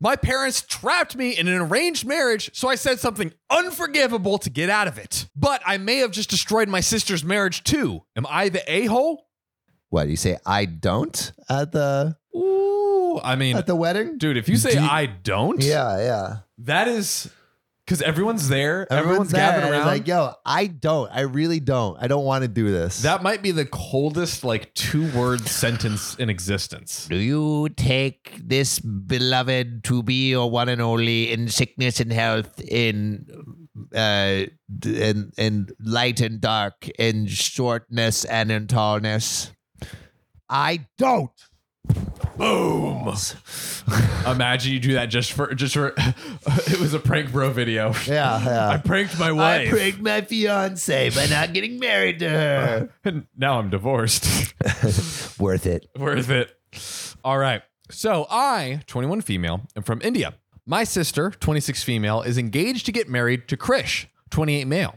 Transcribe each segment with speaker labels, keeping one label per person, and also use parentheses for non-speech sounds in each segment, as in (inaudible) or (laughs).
Speaker 1: My parents trapped me in an arranged marriage, so I said something unforgivable to get out of it. But I may have just destroyed my sister's marriage too. Am I the a hole?
Speaker 2: What you say? I don't at the
Speaker 1: Ooh, I mean,
Speaker 2: at the wedding.
Speaker 1: dude, if you say
Speaker 2: Do you-
Speaker 1: I don't,
Speaker 2: Yeah, yeah.
Speaker 1: that is because everyone's there, everyone's,
Speaker 2: Everyone's, there,
Speaker 1: gathered
Speaker 2: and it's
Speaker 1: around.
Speaker 2: Like, yo, I don't. I really don't. I don't want to do this.
Speaker 1: that might be the coldest, like, two word sentence in existence.
Speaker 2: Do you take this beloved to be your one and only in sickness and health, in uh, d- in in light and dark, in shortness and in tallness? I don't.
Speaker 1: Boom! Imagine you do that just for just for. (laughs) it was a prank bro video.
Speaker 2: Yeah, yeah.
Speaker 1: I pranked my
Speaker 2: I
Speaker 1: wife.
Speaker 2: pranked my fiance by not getting married to her.
Speaker 1: (laughs) now I'm divorced. (laughs)
Speaker 2: (laughs) Worth it.
Speaker 1: Worth it. All right. So I, 21 female, am from India. My sister, 26 female, is engaged to get married to Krish, 28 male.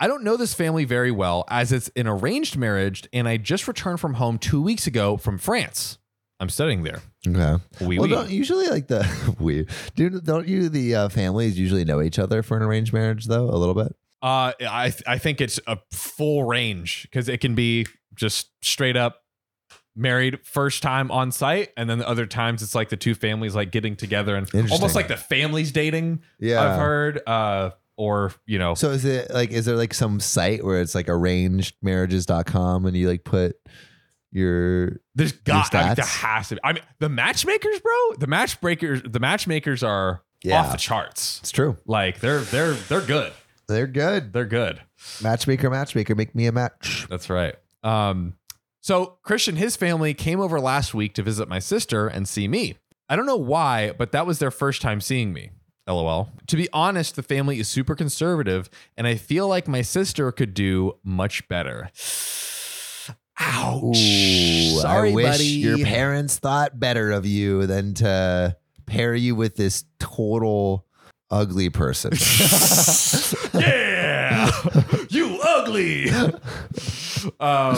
Speaker 1: I don't know this family very well as it's an arranged marriage, and I just returned from home two weeks ago from France. I'm studying there.
Speaker 2: Okay.
Speaker 1: Oui, oui.
Speaker 2: well, don't usually like the (laughs) we do. Don't you the uh, families usually know each other for an arranged marriage though? A little bit.
Speaker 1: Uh, I th- I think it's a full range because it can be just straight up married first time on site, and then the other times it's like the two families like getting together and
Speaker 2: Interesting.
Speaker 1: almost like the families dating. I've heard, uh, or you know,
Speaker 2: So is it like is there like some site where it's like arrangedmarriages.com and you like put your
Speaker 1: there's got I mean,
Speaker 2: stats?
Speaker 1: there has to. Be. I mean, the matchmakers, bro, the matchmakers, the matchmakers are
Speaker 2: Yeah.
Speaker 1: off the charts.
Speaker 2: It's true.
Speaker 1: Like they're they're they're good.
Speaker 2: They're good.
Speaker 1: They're good.
Speaker 2: Matchmaker, matchmaker, make me a match.
Speaker 1: That's right. Um, so Christian, his family came over last week to visit my sister and see me. I don't know why, but that was their first time seeing me. LOL. To be honest, the family is super conservative, and I feel like my sister could do much better. Ouch. Sorry,
Speaker 2: I wish
Speaker 1: buddy.
Speaker 2: your
Speaker 1: (laughs)
Speaker 2: parents thought better of you than to pair you with this total ugly person. (laughs)
Speaker 1: yeah, you (laughs) ugly. (laughs) um,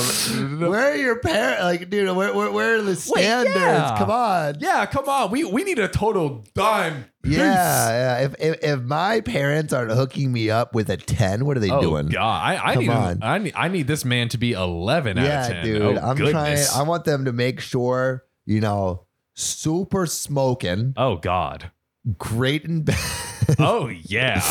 Speaker 2: Where are your parents? Like, dude, where, where, where are the standards?
Speaker 1: yeah.
Speaker 2: Come on.
Speaker 1: yeah, come on. We we need a total dime. piece.
Speaker 2: Yeah, yeah. If, if if my parents aren't hooking me up with a ten, what are they
Speaker 1: Oh,
Speaker 2: doing?
Speaker 1: God, I, I
Speaker 2: Come
Speaker 1: need
Speaker 2: on.
Speaker 1: I need I need this man to be eleven out of
Speaker 2: Yeah,
Speaker 1: ten.
Speaker 2: dude.
Speaker 1: Oh,
Speaker 2: I'm
Speaker 1: goodness.
Speaker 2: trying. I want them to make sure you know, super smoking,
Speaker 1: oh God.
Speaker 2: great and bad.
Speaker 1: Oh
Speaker 2: (laughs)
Speaker 1: yeah.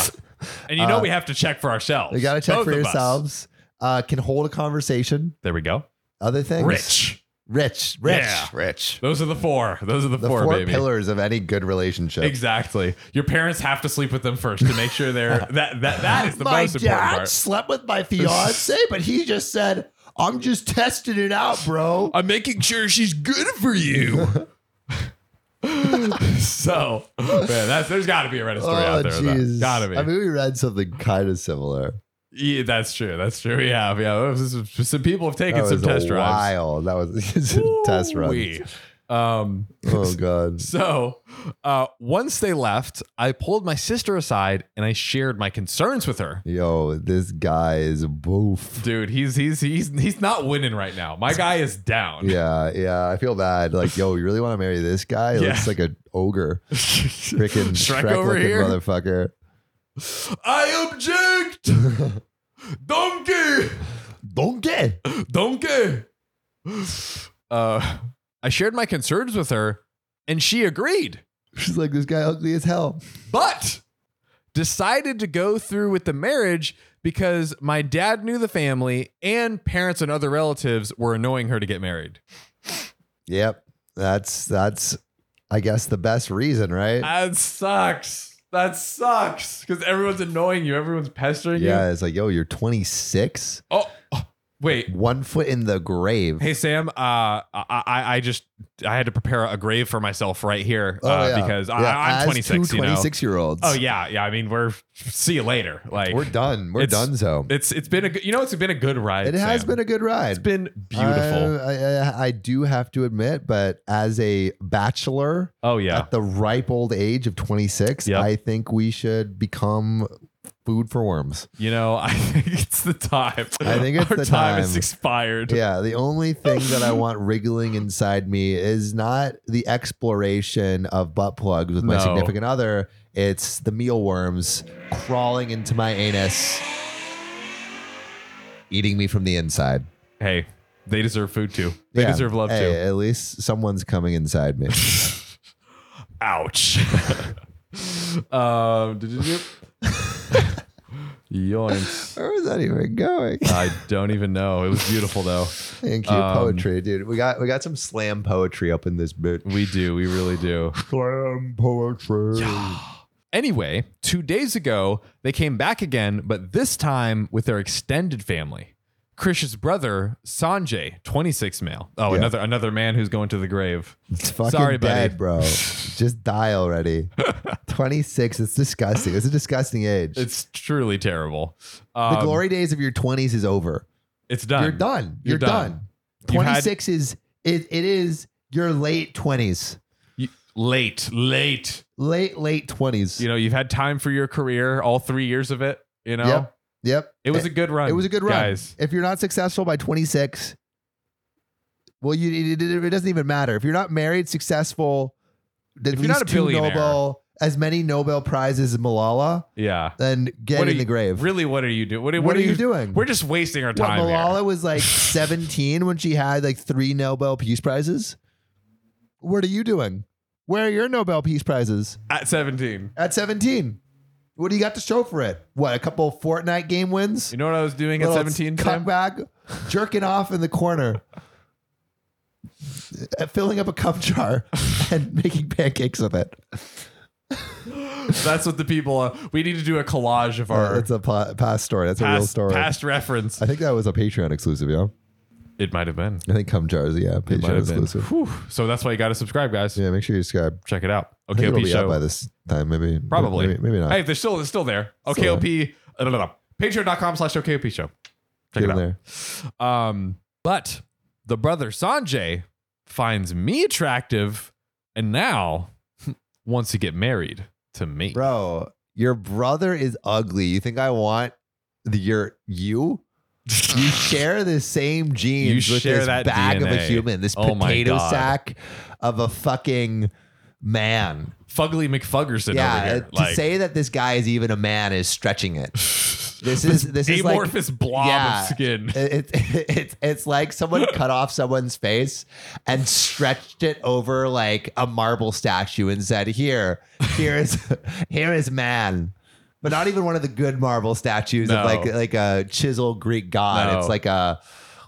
Speaker 1: And you know
Speaker 2: Uh,
Speaker 1: we have to check for ourselves.
Speaker 2: you gotta check
Speaker 1: Both
Speaker 2: for
Speaker 1: of us.
Speaker 2: yourselves. Uh, can hold a conversation.
Speaker 1: There we go.
Speaker 2: Other things.
Speaker 1: Rich.
Speaker 2: rich, rich,
Speaker 1: Yeah.
Speaker 2: rich.
Speaker 1: Those are the four. Those are the,
Speaker 2: The
Speaker 1: four,
Speaker 2: four,
Speaker 1: baby.
Speaker 2: pillars of any good relationship.
Speaker 1: Exactly. Your parents have to sleep with them first to make sure they're
Speaker 2: (laughs)
Speaker 1: that that that is the
Speaker 2: my
Speaker 1: most important
Speaker 2: dad
Speaker 1: part.
Speaker 2: slept with
Speaker 1: (laughs)
Speaker 2: my fiance, but he just said, "I'm just testing it out, bro."
Speaker 1: I'm making sure she's good for
Speaker 2: (laughs)
Speaker 1: you. (laughs) so man, that's there's got to be a Reddit story out there. with that.
Speaker 2: jeez.
Speaker 1: Gotta be.
Speaker 2: Oh, I mean, we read something kind of similar.
Speaker 1: Yeah, that's true. That's true. We have. Yeah, this is- some people have taken
Speaker 2: that
Speaker 1: some
Speaker 2: was
Speaker 1: test
Speaker 2: a
Speaker 1: drives.
Speaker 2: while. That was (laughs) it's a test run.
Speaker 1: Ooh-wee. Um,
Speaker 2: Oh god.
Speaker 1: so uh, once they left, I pulled my sister aside and I shared my concerns with her.
Speaker 2: Yo, this guy is boof.
Speaker 1: Dude, he's he's he's he's not winning right now. My guy is down. (laughs)
Speaker 2: Yeah, yeah. I feel bad. Like, yo, you really want to marry this guy? He
Speaker 1: Yeah.
Speaker 2: Looks like an ogre.
Speaker 1: (laughs)
Speaker 2: Freaking
Speaker 1: Shrek
Speaker 2: Shrek,
Speaker 1: over
Speaker 2: looking
Speaker 1: here.
Speaker 2: motherfucker.
Speaker 1: I object. Donkey.
Speaker 2: (laughs) Don't get.
Speaker 1: Donkey. Uh, I shared my concerns with her, and she agreed.
Speaker 2: She's like, this guy ugly as hell.
Speaker 1: but decided to go through with the marriage because my dad knew the family and parents and other relatives were annoying her to get married.
Speaker 2: Yep. That's that's I guess the best reason, right?
Speaker 1: That sucks. That sucks because everyone's annoying you. Everyone's pestering you.
Speaker 2: yeah, it's like, yo, you're 26,
Speaker 1: Oh, oh, wait.
Speaker 2: one foot in the grave.
Speaker 1: Hey Sam, uh, I, I I just I had to prepare a grave for myself right here
Speaker 2: Oh,
Speaker 1: uh,
Speaker 2: yeah.
Speaker 1: because
Speaker 2: Yeah,
Speaker 1: I, I'm
Speaker 2: as
Speaker 1: 26.
Speaker 2: Two
Speaker 1: You know.
Speaker 2: 26 year olds.
Speaker 1: Oh yeah, yeah. I mean, we're see you later. Like
Speaker 2: We're done. We're
Speaker 1: It's-
Speaker 2: done. So
Speaker 1: It's it's been a good, you know it's been a good ride.
Speaker 2: it has
Speaker 1: Sam.
Speaker 2: been a good
Speaker 1: it's
Speaker 2: ride. Uh,
Speaker 1: been beautiful.
Speaker 2: I, I, I- I do have to admit, but as a bachelor
Speaker 1: oh yeah.
Speaker 2: at the ripe old age of 26,
Speaker 1: Yep.
Speaker 2: I think we should become food for worms.
Speaker 1: You know, (laughs) I think it's the time.
Speaker 2: I think it's
Speaker 1: Our
Speaker 2: the
Speaker 1: time.
Speaker 2: time.
Speaker 1: has expired.
Speaker 2: Yeah, the only thing that I want wriggling inside me is not the exploration of butt plugs with my
Speaker 1: No.
Speaker 2: significant other. It's the mealworms crawling into my anus, eating me from the inside.
Speaker 1: Hey, they deserve food too. They
Speaker 2: Yeah.
Speaker 1: deserve love
Speaker 2: Hey,
Speaker 1: too.
Speaker 2: At least someone's coming
Speaker 1: (laughs)
Speaker 2: inside me.
Speaker 1: Ouch. (laughs) um, did you? (laughs) Yoinks.
Speaker 2: Where was that even going?
Speaker 1: I don't even know. It was beautiful though.
Speaker 2: Thank you,
Speaker 1: Um,
Speaker 2: poetry, dude. We got we got some slam poetry up in this
Speaker 1: (laughs)
Speaker 2: bit.
Speaker 1: We do. We really do.
Speaker 2: Slam poetry.
Speaker 1: Anyway, two days ago, they came back again, but this time with their extended family. Krish's brother, Sanjay, 26 male. Oh,
Speaker 2: Yeah.
Speaker 1: another another man who's going to the grave.
Speaker 2: It's fucking
Speaker 1: Sorry, buddy. (laughs)
Speaker 2: dead, bro. Just die already. 26. It's disgusting. It's a disgusting age.
Speaker 1: It's truly terrible.
Speaker 2: the
Speaker 1: Um,
Speaker 2: glory days of your 20s is over.
Speaker 1: It's done.
Speaker 2: You're done. You're,
Speaker 1: You're done.
Speaker 2: done.
Speaker 1: You've had-
Speaker 2: 26 is it, it is your late 20s.
Speaker 1: You- late, late.
Speaker 2: Late late 20s.
Speaker 1: You know, you've had time for your career, all three years of it. You know,
Speaker 2: Yep. Yep.
Speaker 1: it was a good run.
Speaker 2: It was a good run.
Speaker 1: guys.
Speaker 2: If you're not successful by 26, well, you it, it- it doesn't even matter. If you're not married, successful, at
Speaker 1: If you're
Speaker 2: least
Speaker 1: not a
Speaker 2: two
Speaker 1: billionaire.
Speaker 2: Nobel, as many Nobel prizes as Malala,
Speaker 1: Yeah.
Speaker 2: then get
Speaker 1: What are
Speaker 2: in the
Speaker 1: you-
Speaker 2: grave.
Speaker 1: Really, what are you doing? What,
Speaker 2: what,
Speaker 1: what
Speaker 2: are you, doing?
Speaker 1: We're just wasting our
Speaker 2: what,
Speaker 1: time. here.
Speaker 2: Malala was
Speaker 1: (laughs)
Speaker 2: like 17 when she had like three Nobel Peace Prizes. What are you doing? Where are your Nobel Peace Prizes?
Speaker 1: at 17.
Speaker 2: At 17. What do you got to show for it? What, a couple Fortnite game wins?
Speaker 1: You know what I was doing at
Speaker 2: Little
Speaker 1: 17?
Speaker 2: Cut
Speaker 1: Sam?
Speaker 2: back, jerking off in the corner, Uh, filling up a cup jar, (laughs) and making pancakes with it.
Speaker 1: That's what the people. Uh, we need to do a collage of
Speaker 2: Uh,
Speaker 1: our
Speaker 2: That's a po- past story. That's a real
Speaker 1: past,
Speaker 2: story.
Speaker 1: past reference.
Speaker 2: I think that was a Patreon exclusive. Yeah,
Speaker 1: It might have been.
Speaker 2: I think cum jars. Yeah,
Speaker 1: It might
Speaker 2: Patreon
Speaker 1: have been.
Speaker 2: exclusive.
Speaker 1: Whew. So that's why you got to subscribe, guys.
Speaker 2: Yeah, make sure you subscribe.
Speaker 1: Check it out.
Speaker 2: I think it'll
Speaker 1: OKOP
Speaker 2: be out by
Speaker 1: show.
Speaker 2: this time. Maybe
Speaker 1: Probably.
Speaker 2: Maybe, maybe not.
Speaker 1: Hey, they're still they're still there.
Speaker 2: Still
Speaker 1: OKOP. uh, no, no, no. Patreon.com slash OKOP show. Check
Speaker 2: Get
Speaker 1: it
Speaker 2: in
Speaker 1: out.
Speaker 2: there.
Speaker 1: Um, but the brother Sanjay finds me attractive, and now (laughs) wants to get married to me.
Speaker 2: bro. Your brother is ugly. You think I want the your you?
Speaker 1: (sighs)
Speaker 2: You share the same genes with
Speaker 1: share
Speaker 2: this
Speaker 1: that
Speaker 2: bag of a
Speaker 1: DNA.
Speaker 2: human, this
Speaker 1: Oh my
Speaker 2: potato
Speaker 1: God.
Speaker 2: sack of a fucking man.
Speaker 1: (laughs) Fugly McFuggerson over
Speaker 2: yeah,
Speaker 1: here.
Speaker 2: uh,
Speaker 1: (laughs)
Speaker 2: to say that this guy is even a man is stretching it. This
Speaker 1: this
Speaker 2: is this is like
Speaker 1: amorphous blob
Speaker 2: yeah.
Speaker 1: of skin.
Speaker 2: it, it, (laughs) it's it's like someone cut off someone's face and stretched it over like a marble statue and said, "Here, here is (laughs) here is man." But not even one of the good marble statues
Speaker 1: No.
Speaker 2: of like like a chiseled Greek god.
Speaker 1: No.
Speaker 2: It's like a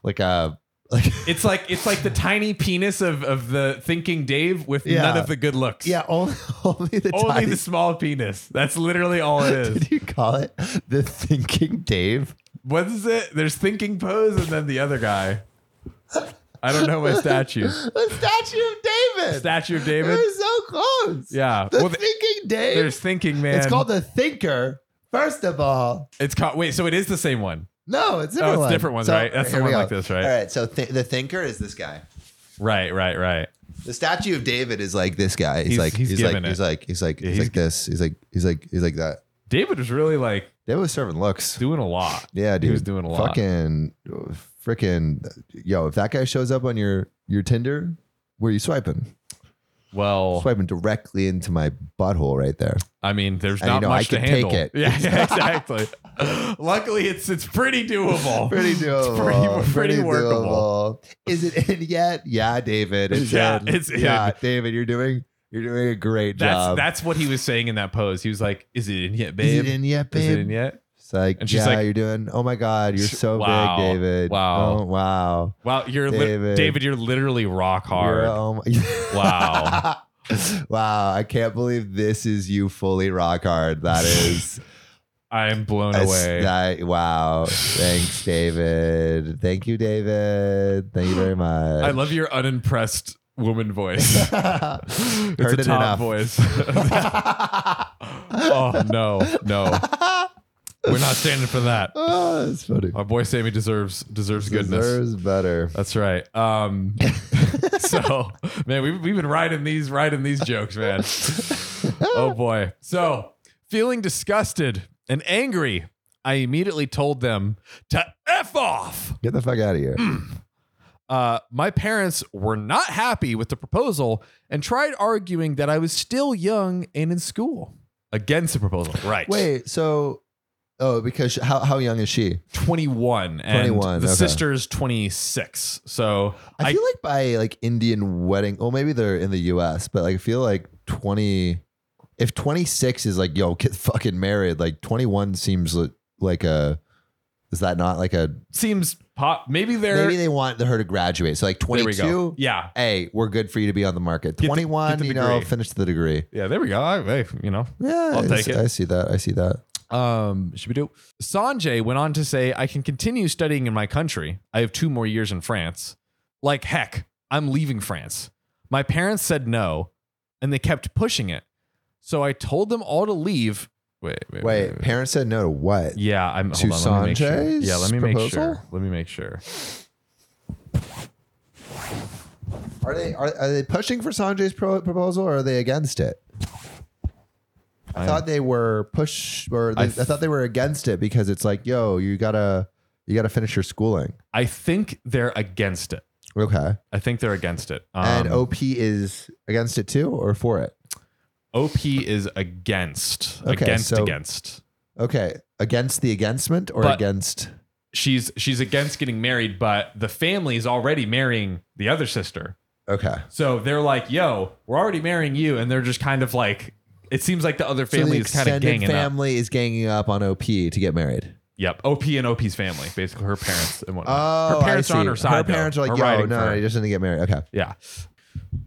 Speaker 2: like a like (laughs)
Speaker 1: It's like it's like the tiny penis of of the thinking Dave with
Speaker 2: Yeah.
Speaker 1: none of the good looks.
Speaker 2: yeah, only, (laughs) only the
Speaker 1: (laughs) Only
Speaker 2: tiny-
Speaker 1: the small penis. That's literally all it is.
Speaker 2: (laughs) Did you call it the thinking Dave?
Speaker 1: what is it? There's thinking pose and then the other guy. I don't
Speaker 2: (laughs)
Speaker 1: know what statue.
Speaker 2: The statue of David.
Speaker 1: Statue of
Speaker 2: It
Speaker 1: David.
Speaker 2: was so close.
Speaker 1: Yeah.
Speaker 2: (laughs) The
Speaker 1: well, th-
Speaker 2: thinking Dave.
Speaker 1: there's thinking man.
Speaker 2: It's called the Thinker. First of all,
Speaker 1: It's called. Wait, so it is the same one,
Speaker 2: no, it's a different
Speaker 1: Oh, it's
Speaker 2: one.
Speaker 1: different ones, right? That's the
Speaker 2: here
Speaker 1: one
Speaker 2: we go.
Speaker 1: like this, right?
Speaker 2: All right. So th- the Thinker is this guy.
Speaker 1: right? Right? Right?
Speaker 2: The statue of David is like this guy. He's,
Speaker 1: He's-
Speaker 2: like
Speaker 1: he's
Speaker 2: he's, like
Speaker 1: giving it.
Speaker 2: he's like he's like
Speaker 1: Yeah,
Speaker 2: he's,
Speaker 1: he's
Speaker 2: like this. He's like he's like he's like that.
Speaker 1: David was really like
Speaker 2: David was serving looks.
Speaker 1: doing a lot.
Speaker 2: Yeah, dude.
Speaker 1: he was doing a lot.
Speaker 2: Fucking freaking yo, if that guy shows up on your your Tinder, where are you swiping?
Speaker 1: Well,
Speaker 2: Swiping directly into my butthole right there.
Speaker 1: I mean, there's
Speaker 2: And, you
Speaker 1: not
Speaker 2: know, I
Speaker 1: much to
Speaker 2: can take
Speaker 1: handle.
Speaker 2: it.
Speaker 1: (laughs)
Speaker 2: (laughs)
Speaker 1: Yeah, yeah, exactly. Luckily, it's it's pretty (laughs) doable.
Speaker 2: Pretty doable.
Speaker 1: pretty workable.
Speaker 2: doable. Is it in yet? Yeah, David. It's
Speaker 1: Yeah,
Speaker 2: in.
Speaker 1: it's in.
Speaker 2: yeah, David. You're doing you're doing a great
Speaker 1: That's
Speaker 2: job.
Speaker 1: that's what he was saying in that pose. He was like, "Is it in yet, babe?
Speaker 2: Is it in yet,
Speaker 1: Is
Speaker 2: babe?
Speaker 1: it in yet?"
Speaker 2: It's like,
Speaker 1: And she's
Speaker 2: yeah,
Speaker 1: like-
Speaker 2: you're doing. Oh my God, you're
Speaker 1: Sh-
Speaker 2: so
Speaker 1: wow,
Speaker 2: big, David.
Speaker 1: wow.
Speaker 2: Oh, wow.
Speaker 1: Wow, you're David.
Speaker 2: David.
Speaker 1: David you're literally rock hard.
Speaker 2: You're- oh my- (laughs)
Speaker 1: Wow.
Speaker 2: wow. I can't believe this is you fully rock hard.
Speaker 1: (laughs)
Speaker 2: That is.
Speaker 1: I am blown away.
Speaker 2: that- wow. Thanks, David. Thank you, David. Thank you very
Speaker 1: (gasps)
Speaker 2: much. (laughs)
Speaker 1: I love your unimpressed woman voice.
Speaker 2: Heard
Speaker 1: it's a
Speaker 2: it
Speaker 1: top
Speaker 2: enough.
Speaker 1: voice.
Speaker 2: (laughs)
Speaker 1: oh no, no, we're not standing for that.
Speaker 2: (laughs) oh, that's funny.
Speaker 1: Our boy Sammy deserves deserves goodness.
Speaker 2: Deserves better.
Speaker 1: That's right. Um, (laughs) so, man, we've, we've been riding these, riding these jokes, man. oh boy. So, feeling disgusted and angry, I immediately told them to F off.
Speaker 2: Get the fuck out of here.
Speaker 1: Mm. Uh, my parents were not happy with the proposal and tried arguing that I was still young and in school against the proposal. Right.
Speaker 2: Wait, so oh, because she- how how young is she?
Speaker 1: 21. And
Speaker 2: 21,
Speaker 1: The
Speaker 2: okay.
Speaker 1: sister's 26. So
Speaker 2: I,
Speaker 1: I,
Speaker 2: feel like by like Indian wedding, well, maybe they're in the U.S., but like I feel like twenty, if twenty six is like yo get fucking married, like twenty one seems li- like a, is that not like a
Speaker 1: seems pop. Maybe they're.
Speaker 2: maybe they want her to graduate, so like
Speaker 1: there
Speaker 2: twenty
Speaker 1: we go.
Speaker 2: two.
Speaker 1: Yeah.
Speaker 2: Hey, we're good for you to be on the market.
Speaker 1: Get the-
Speaker 2: Twenty one,
Speaker 1: get the
Speaker 2: you know,
Speaker 1: degree.
Speaker 2: finish the degree.
Speaker 1: Yeah. There we go. I, hey, you know.
Speaker 2: Yeah,
Speaker 1: I'll
Speaker 2: I
Speaker 1: take
Speaker 2: see-
Speaker 1: it.
Speaker 2: I see that. I see that.
Speaker 1: Um, should we do? Sanjay went on to say, I can continue studying in my country. I have two more years in France. Like, heck, I'm leaving France. My parents said no, and they kept pushing it. So I told them all to leave. Wait, wait, wait.
Speaker 2: Wait, parents said no to what?
Speaker 1: Yeah, I'm
Speaker 2: To
Speaker 1: hold on, let me make sure.
Speaker 2: Sanjay's
Speaker 1: Yeah, let me make sure.
Speaker 2: proposal?
Speaker 1: Let me make sure.
Speaker 2: Are they are, are they pushing for Sanjay's pro- proposal or are they against it? I,
Speaker 1: I-
Speaker 2: thought they were push or they,
Speaker 1: I
Speaker 2: I,
Speaker 1: f-
Speaker 2: thought they were against it because it's like, yo, you gotta you gotta finish your schooling.
Speaker 1: I think they're against it.
Speaker 2: Okay,
Speaker 1: I think they're against it.
Speaker 2: and
Speaker 1: Um,
Speaker 2: OP is against it too or for it?
Speaker 1: OP is against.
Speaker 2: Okay,
Speaker 1: against
Speaker 2: so-
Speaker 1: against.
Speaker 2: Okay, against the againstment or
Speaker 1: But-
Speaker 2: against?
Speaker 1: She's she's against getting married, but the family is already marrying the other sister.
Speaker 2: Okay,
Speaker 1: So they're like, "Yo, we're already marrying you," and they're just kind of like, it seems like the other family
Speaker 2: so the
Speaker 1: is kind of
Speaker 2: extended
Speaker 1: ganging up.
Speaker 2: family is ganging up on OP to get married.
Speaker 1: Yep, OP and OP's family, basically her parents and whatnot.
Speaker 2: Oh,
Speaker 1: her parents
Speaker 2: I
Speaker 1: are on
Speaker 2: see.
Speaker 1: her side.
Speaker 2: Her
Speaker 1: though.
Speaker 2: parents are
Speaker 1: Her
Speaker 2: like, yo,
Speaker 1: writing
Speaker 2: no,
Speaker 1: for
Speaker 2: no,
Speaker 1: her.
Speaker 2: you just didn't get married. Okay,
Speaker 1: yeah.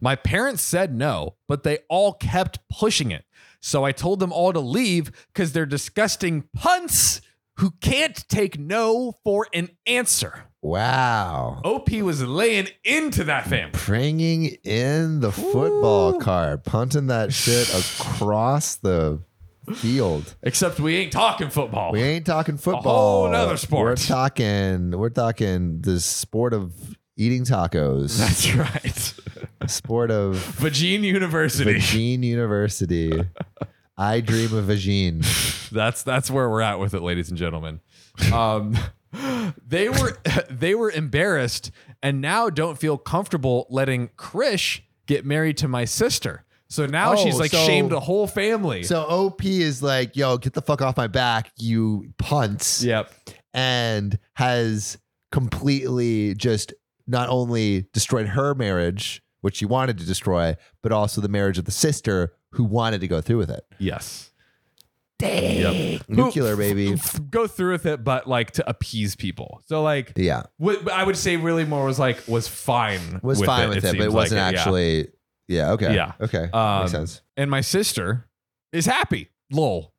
Speaker 1: My parents said no, but they all kept pushing it. So I told them all to leave because they're disgusting punts who can't take no for an answer.
Speaker 2: wow.
Speaker 1: OP was laying into that family.
Speaker 2: bringing in the football car, punting that shit across the field.
Speaker 1: Except we ain't talking football.
Speaker 2: We ain't (laughs) talking football.
Speaker 1: nother sport.
Speaker 2: We're talking. We're talking the sport of eating
Speaker 1: (laughs)
Speaker 2: tacos.
Speaker 1: That's right.
Speaker 2: sport of
Speaker 1: Vagine University.
Speaker 2: Vagine University. I dream of Vagine.
Speaker 1: (laughs) that's that's where we're at with it, ladies and gentlemen. Um, (laughs) they were (laughs) they were embarrassed and now don't feel comfortable letting Krish get married to my sister. So now
Speaker 2: Oh,
Speaker 1: she's like
Speaker 2: so-
Speaker 1: shamed a whole family.
Speaker 2: So OP is like, yo, get the fuck off my back, you punts.
Speaker 1: yep.
Speaker 2: and has completely just not only destroyed her marriage, which she wanted to destroy, but also the marriage of the sister who wanted to go through with it.
Speaker 1: Yes.
Speaker 2: Yep. Nuclear baby.
Speaker 1: Go through with it, but like to appease people. So like,
Speaker 2: Yeah.
Speaker 1: what I would say really more was like was fine.
Speaker 2: Was fine with it, but it
Speaker 1: seems
Speaker 2: wasn't
Speaker 1: like it, yeah.
Speaker 2: actually yeah. okay.
Speaker 1: Yeah.
Speaker 2: Okay.
Speaker 1: Um,
Speaker 2: Makes sense.
Speaker 1: And my sister is happy. Lol.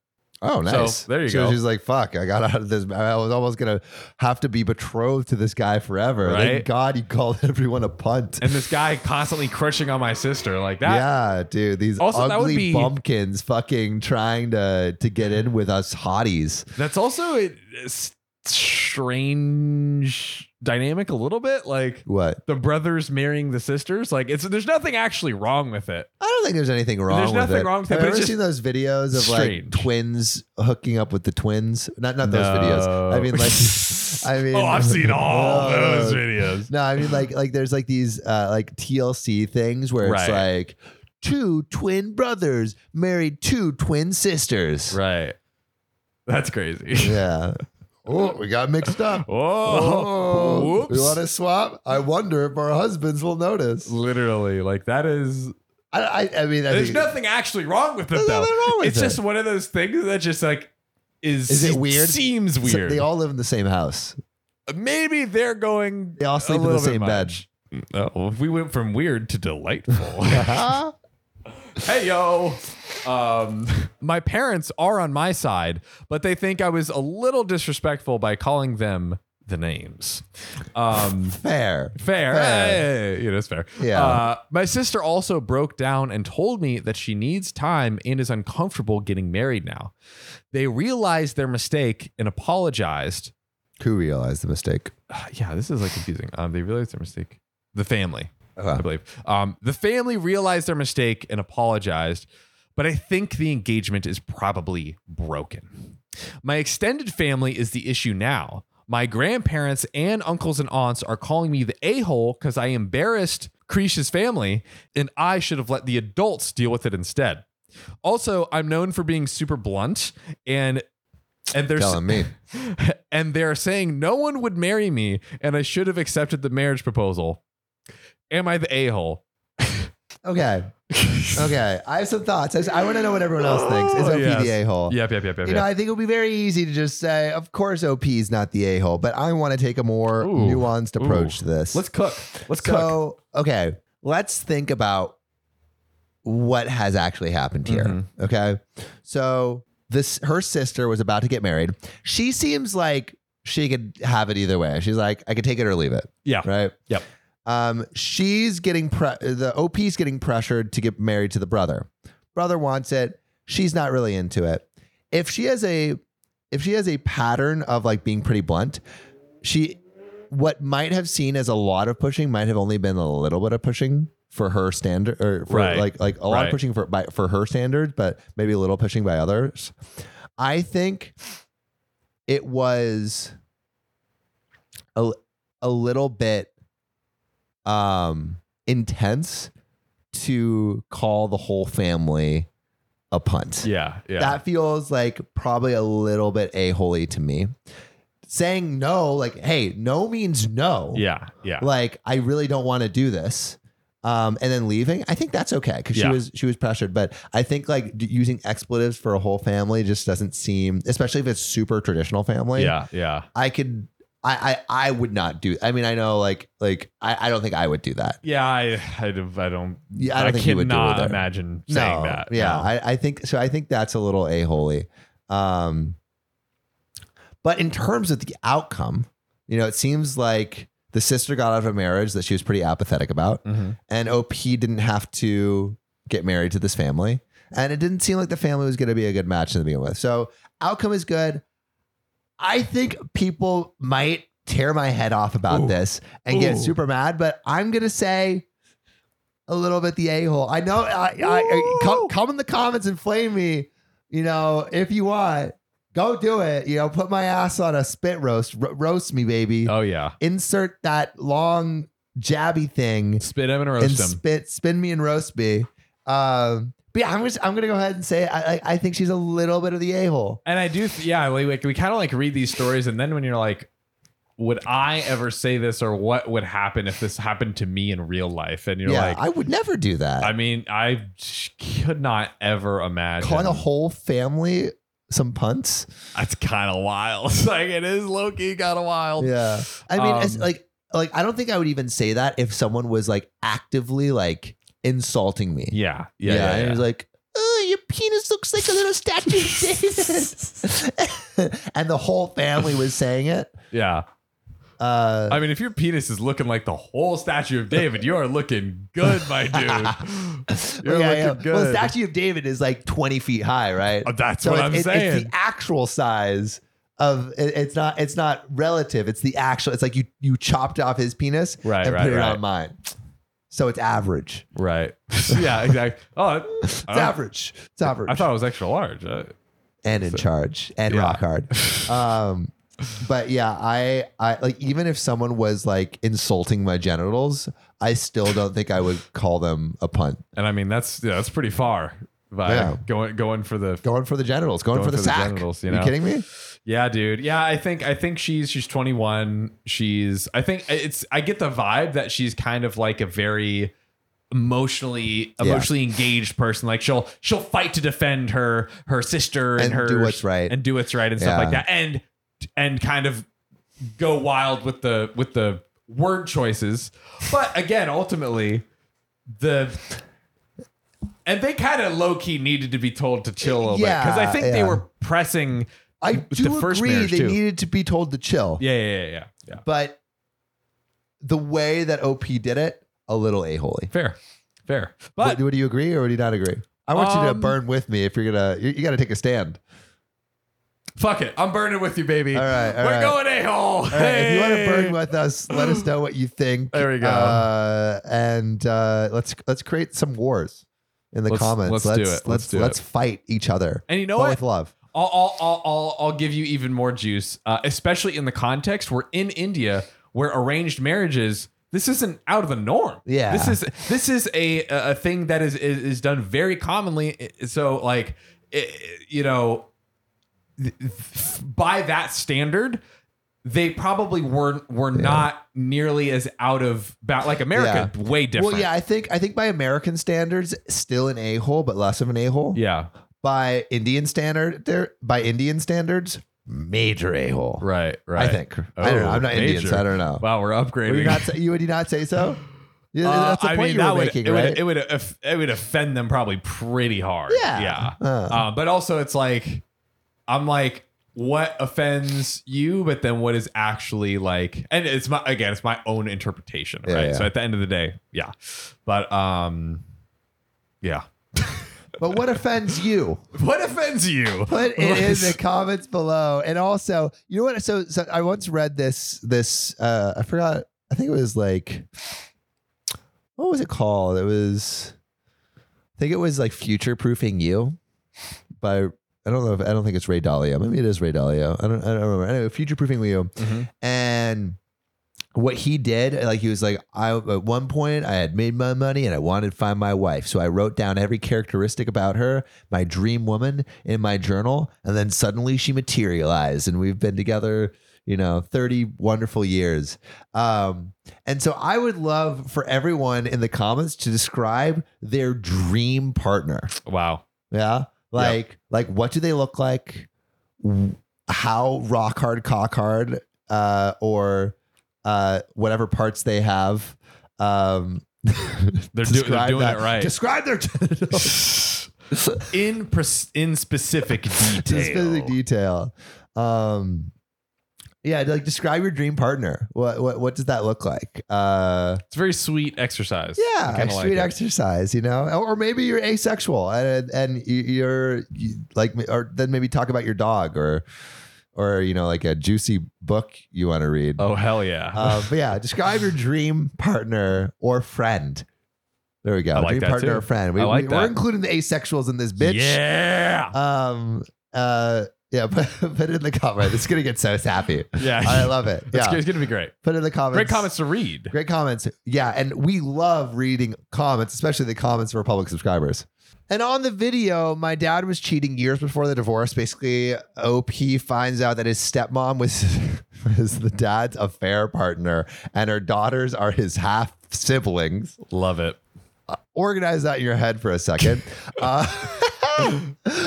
Speaker 2: Oh, nice.
Speaker 1: there you
Speaker 2: so
Speaker 1: go.
Speaker 2: She's like, "Fuck! I got out of this. I was almost gonna have to be betrothed to this guy forever."
Speaker 1: Right?
Speaker 2: Thank God you called (laughs) everyone a punt.
Speaker 1: And this guy constantly crushing on my sister like that.
Speaker 2: yeah, dude. These
Speaker 1: Also, that would
Speaker 2: ugly
Speaker 1: be-
Speaker 2: bumpkins fucking trying to to get in with us hotties.
Speaker 1: That's also a a s- strange dynamic a little bit, like
Speaker 2: What?
Speaker 1: the brothers marrying the sisters. Like it's there's nothing actually wrong with it.
Speaker 2: I don't think there's anything wrong.
Speaker 1: There's
Speaker 2: with
Speaker 1: nothing
Speaker 2: it.
Speaker 1: wrong with it,
Speaker 2: Have
Speaker 1: but
Speaker 2: you
Speaker 1: it's
Speaker 2: ever
Speaker 1: just
Speaker 2: seen those videos of
Speaker 1: strange.
Speaker 2: like twins hooking up with the twins? Not not those videos. I
Speaker 1: (laughs)
Speaker 2: mean like I mean
Speaker 1: Oh, I've
Speaker 2: (laughs)
Speaker 1: seen all
Speaker 2: Oh.
Speaker 1: those (laughs) videos.
Speaker 2: No, I mean like like there's like these uh like TLC things where it's
Speaker 1: Right.
Speaker 2: like two twin brothers married two twin sisters.
Speaker 1: Right. That's (laughs) crazy.
Speaker 2: Yeah. Oh, we got mixed up.
Speaker 1: (laughs) Oh, whoops.
Speaker 2: we want to swap. I wonder if our husbands will notice.
Speaker 1: Literally, like that is.
Speaker 2: I, I, I mean, I
Speaker 1: There's
Speaker 2: think,
Speaker 1: nothing actually wrong with it,
Speaker 2: There's
Speaker 1: though.
Speaker 2: nothing wrong with
Speaker 1: it's
Speaker 2: it.
Speaker 1: just one of those things that just like is
Speaker 2: Is it weird?
Speaker 1: Seems
Speaker 2: so
Speaker 1: weird.
Speaker 2: they all live in the same house.
Speaker 1: Maybe they're going
Speaker 2: They all
Speaker 1: a
Speaker 2: sleep in the
Speaker 1: little bit
Speaker 2: same bed.
Speaker 1: much. Oh, well, if we went from weird to
Speaker 2: (laughs)
Speaker 1: delightful. (laughs) hey yo. Um, my parents are on my side, but they think I was a little disrespectful by calling them the names. Um,
Speaker 2: Fair.
Speaker 1: fair,
Speaker 2: Fair.
Speaker 1: Hey, you know, it's fair.
Speaker 2: Yeah.
Speaker 1: Uh, my sister also broke down and told me that she needs time and is uncomfortable getting married now. They realized their mistake and apologized,
Speaker 2: Who realized the mistake?
Speaker 1: uh, (sighs) yeah, this is like confusing. Um, they realized their mistake. The family,
Speaker 2: Okay.
Speaker 1: I believe. Um, the family realized their mistake and apologized, but I think the engagement is probably broken. My extended family is the issue now. My grandparents and uncles and aunts are calling me the a hole because I embarrassed Krish's family, and I should have let the adults deal with it instead. Also, I'm known for being super blunt, and and there's
Speaker 2: Telling me.
Speaker 1: (laughs) and they're saying no one would marry me and I should have accepted the marriage proposal. Am I the a hole? (laughs)
Speaker 2: Okay. Okay. I have some thoughts. I, I want to know what everyone else thinks. Is
Speaker 1: Oh,
Speaker 2: OP
Speaker 1: yes.
Speaker 2: the a hole?
Speaker 1: Yep, yep, yep, yep.
Speaker 2: You know,
Speaker 1: yep.
Speaker 2: I think it would be very easy to just say, of course, OP is not the a hole, but I want to take a more
Speaker 1: Ooh.
Speaker 2: nuanced approach
Speaker 1: Ooh.
Speaker 2: to this.
Speaker 1: Let's cook. Let's cook.
Speaker 2: so, okay, let's think about what has actually happened here.
Speaker 1: Mhm.
Speaker 2: Okay, so this her sister was about to get married. She seems like she could have it either way. She's like, I could take it or leave it.
Speaker 1: Yeah.
Speaker 2: Right.
Speaker 1: Yep.
Speaker 2: Um, she's getting pre- the OP's getting pressured to get married to the brother. Brother wants it. She's not really into it. If she has a if she has a pattern of like being pretty blunt, she what might have seen as a lot of pushing might have only been a little bit of pushing for her standard or for
Speaker 1: Right.
Speaker 2: like like a lot
Speaker 1: Right.
Speaker 2: of pushing for by for her standards, but maybe a little pushing by others. I think it was a, a little bit um intense to call the whole family a punt.
Speaker 1: Yeah, yeah.
Speaker 2: That feels like probably a little bit a holy to me. Saying no, like, hey, no means no.
Speaker 1: yeah, yeah.
Speaker 2: Like, I really don't want to do this. Um, and then leaving, I think that's okay because
Speaker 1: Yeah.
Speaker 2: she was she was pressured. But I think like d- using expletives for a whole family just doesn't seem, especially if it's super traditional family.
Speaker 1: yeah, yeah.
Speaker 2: I could, I I, I would not do. I mean, I know like like I, I don't think I would do that.
Speaker 1: Yeah, I I, don't- I don't
Speaker 2: Yeah, I don't think you would do
Speaker 1: cannot
Speaker 2: either.
Speaker 1: imagine saying that.
Speaker 2: Yeah,
Speaker 1: No.
Speaker 2: I, I think so. I think that's a little a holy. Um, but in terms of the outcome, you know, it seems like the sister got out of a marriage that she was pretty apathetic about,
Speaker 1: Mhm.
Speaker 2: and OP didn't have to get married to this family, and it didn't seem like the family was going to be a good match to begin with. So outcome is good. I think people might tear my head off about
Speaker 1: Ooh.
Speaker 2: this and get
Speaker 1: Ooh.
Speaker 2: super mad, but I'm gonna say a little bit the a hole. I know. I, I, I come, come in the comments and flame me. You know, if you want, go do it. You know, put my ass on a spit roast. Ro- roast me, baby.
Speaker 1: Oh yeah.
Speaker 2: Insert that long jabby thing
Speaker 1: Spit him and
Speaker 2: and
Speaker 1: roast him.
Speaker 2: spit, spin me and roast me. Um, but yeah, I'm just, I'm gonna go ahead and say I, I, I think she's a little bit of the a hole.
Speaker 1: And I do, th- yeah. Like, like, we kind of like read these stories, and then when you're like, would I ever say this, or what would happen if this happened to me in real life? And you're
Speaker 2: Yeah,
Speaker 1: like,
Speaker 2: I would never do that.
Speaker 1: I mean, I sh- could not ever imagine.
Speaker 2: Calling a whole family some punts.
Speaker 1: (laughs) That's kind of wild. (laughs) like it is Loki, kind of wild.
Speaker 2: Yeah. I mean, it's
Speaker 1: Um,
Speaker 2: like, like I don't think I would even say that if someone was like actively like insulting me.
Speaker 1: yeah, yeah, yeah.
Speaker 2: And
Speaker 1: yeah.
Speaker 2: it was like, oh, your penis looks like a little statue
Speaker 1: (laughs)
Speaker 2: of David. (laughs) and the whole family was saying it.
Speaker 1: Yeah.
Speaker 2: Uh,
Speaker 1: I mean, if your penis is looking like the whole statue of David, you are looking good,
Speaker 2: (laughs)
Speaker 1: my dude. You're
Speaker 2: yeah,
Speaker 1: looking
Speaker 2: yeah.
Speaker 1: good.
Speaker 2: Well, the statue of David is like 20 feet high, right?
Speaker 1: Oh, that's
Speaker 2: so
Speaker 1: what
Speaker 2: it's,
Speaker 1: I'm
Speaker 2: it's-
Speaker 1: saying.
Speaker 2: it's the actual size of it, it's not it's not relative. It's the actual. It's like you you chopped off his penis
Speaker 1: Right,
Speaker 2: and
Speaker 1: right,
Speaker 2: put it
Speaker 1: right.
Speaker 2: on mine. So it's average. (laughs)
Speaker 1: right. yeah. Exactly. (laughs) Oh,
Speaker 2: It's
Speaker 1: I don't-
Speaker 2: average. It's average.
Speaker 1: I thought it was extra large. Uh,
Speaker 2: and in charge and
Speaker 1: Yeah.
Speaker 2: rock hard.
Speaker 1: (laughs)
Speaker 2: Um, but yeah, I, I like even if someone was like insulting my genitals, I still don't think I would call them a punt.
Speaker 1: and I mean, that's yeah, that's pretty far by
Speaker 2: Yeah.
Speaker 1: going going for the
Speaker 2: Going for the genitals, going, for the sack.
Speaker 1: genitals, you
Speaker 2: you
Speaker 1: know?
Speaker 2: kidding me?
Speaker 1: Yeah, dude. Yeah, I think I think she's she's 21. She's I think it's I get the vibe that she's kind of like a very emotionally
Speaker 2: Yeah.
Speaker 1: emotionally engaged person. Like she'll she'll fight to defend her her sister and,
Speaker 2: And
Speaker 1: her
Speaker 2: do what's right.
Speaker 1: and do what's right and stuff
Speaker 2: Yeah.
Speaker 1: like that. And and kind of go wild with the with the word choices. But again, ultimately the and they kind of low key needed to be told to chill a little bit because I
Speaker 2: Yeah,
Speaker 1: think they
Speaker 2: yeah.
Speaker 1: were pressing
Speaker 2: I
Speaker 1: With
Speaker 2: do
Speaker 1: the first
Speaker 2: agree
Speaker 1: marriage,
Speaker 2: they
Speaker 1: too.
Speaker 2: needed to be told to chill,
Speaker 1: Yeah, yeah, yeah, yeah. yeah.
Speaker 2: but the way that OP did it, a little a holy.
Speaker 1: Fair, fair. But
Speaker 2: But do you agree or do you not agree? I want you to
Speaker 1: Um,
Speaker 2: burn with me if you're gonna. You, you got to take a stand.
Speaker 1: fuck it, I'm burning with you, baby.
Speaker 2: All right, all
Speaker 1: we're
Speaker 2: right.
Speaker 1: going a hole.
Speaker 2: All right, if you want to burn with us, let us know what you think.
Speaker 1: There we go.
Speaker 2: Uh, and uh, let's let's create some wars in the
Speaker 1: Let's-
Speaker 2: comments.
Speaker 1: let's do it. Let's
Speaker 2: Let's
Speaker 1: do
Speaker 2: let's fight each other.
Speaker 1: and you know
Speaker 2: but
Speaker 1: what?
Speaker 2: with love.
Speaker 1: I'll, I'll, I'll, I'll, I'll give you even more juice, uh, especially in the context we're in India, where arranged marriages. This isn't out of the norm.
Speaker 2: Yeah.
Speaker 1: this is this is a a thing that is is, is done very commonly. So like, it, you know, th- th- by that standard. They probably were were not nearly as out of bound. Like America, way different.
Speaker 2: Well, yeah, I think I think by American standards, still an a hole, but less of an a hole.
Speaker 1: yeah,
Speaker 2: By Indian standard, there by Indian standards, major a hole.
Speaker 1: right,
Speaker 2: I
Speaker 1: right.
Speaker 2: think. I don't know.
Speaker 1: Oh,
Speaker 2: I'm not Indian, so
Speaker 1: major.
Speaker 2: I don't know.
Speaker 1: Wow, we're upgrading.
Speaker 2: Would you not say, you would you not say so? Yeah,
Speaker 1: Uh,
Speaker 2: that's the point you
Speaker 1: that
Speaker 2: were
Speaker 1: would,
Speaker 2: making,
Speaker 1: it
Speaker 2: right?
Speaker 1: would it would aff- it would offend them probably pretty hard.
Speaker 2: yeah.
Speaker 1: yeah.
Speaker 2: Uh,
Speaker 1: Uh, but also, it's like I'm like, what offends you? But then, what is actually like? And it's my again, it's my own interpretation,
Speaker 2: Yeah,
Speaker 1: right?
Speaker 2: yeah.
Speaker 1: So at the end of the day, yeah. But um, yeah.
Speaker 2: but what offends you?
Speaker 1: What offends
Speaker 2: (laughs)
Speaker 1: you? (laughs)
Speaker 2: Put it in the comments below. And also, you know what? So, so I once read this. This uh, I forgot. I think it was like, what was it called? It was, I think it was like future proofing you, by I don't know. If, I don't think it's Ray Dalio. Maybe it is Ray Dalio. I don't. I don't remember. Anyway, future proofing you.
Speaker 1: Mhm.
Speaker 2: and what he did like he was like i at one point i had made my money and i wanted to find my wife so i wrote down every characteristic about her my dream woman in my journal and then suddenly she materialized and we've been together you know 30 wonderful years um and so i would love for everyone in the comments to describe their dream partner
Speaker 1: Wow.
Speaker 2: yeah. Like like what do they look like? W- How rock hard, cock hard, uh, or uh, whatever parts they have. Um, (laughs)
Speaker 1: They're, do- they're
Speaker 2: describe
Speaker 1: doing
Speaker 2: that-
Speaker 1: it right.
Speaker 2: Describe their (laughs)
Speaker 1: in pres- in
Speaker 2: (laughs)
Speaker 1: specific detail.
Speaker 2: specific detail. Um, yeah, like describe your dream partner. What what what does that look like? Uh,
Speaker 1: It's a very sweet exercise. I
Speaker 2: Yeah,
Speaker 1: kinda like
Speaker 2: sweet
Speaker 1: it.
Speaker 2: exercise, you know, or, or maybe you're asexual and and you- you're you, like, or then maybe talk about your dog or, or you know, like a juicy book you want to read.
Speaker 1: Oh hell yeah!
Speaker 2: Uh, but yeah, describe your dream partner or friend. There we go.
Speaker 1: I like
Speaker 2: dream
Speaker 1: that
Speaker 2: partner
Speaker 1: too.
Speaker 2: or friend. We,
Speaker 1: I like
Speaker 2: we, are
Speaker 1: that.
Speaker 2: including the asexuals in this bitch.
Speaker 1: Yeah.
Speaker 2: Um. Uh. Yeah. (laughs) Put, put in the comment. It's gonna get so sappy.
Speaker 1: yeah.
Speaker 2: I love it.
Speaker 1: It's,
Speaker 2: Yeah.
Speaker 1: it's gonna be great.
Speaker 2: Put in the comments.
Speaker 1: Great comments to read.
Speaker 2: Great comments. Yeah. And we love reading comments, especially the comments for public subscribers. And on the video, my dad was cheating years before the divorce. Basically, OP finds out that his stepmom was, (laughs) was the dad's affair partner and her daughters are his half siblings
Speaker 1: Love it.
Speaker 2: organize that in your head for a second. Uh, (laughs)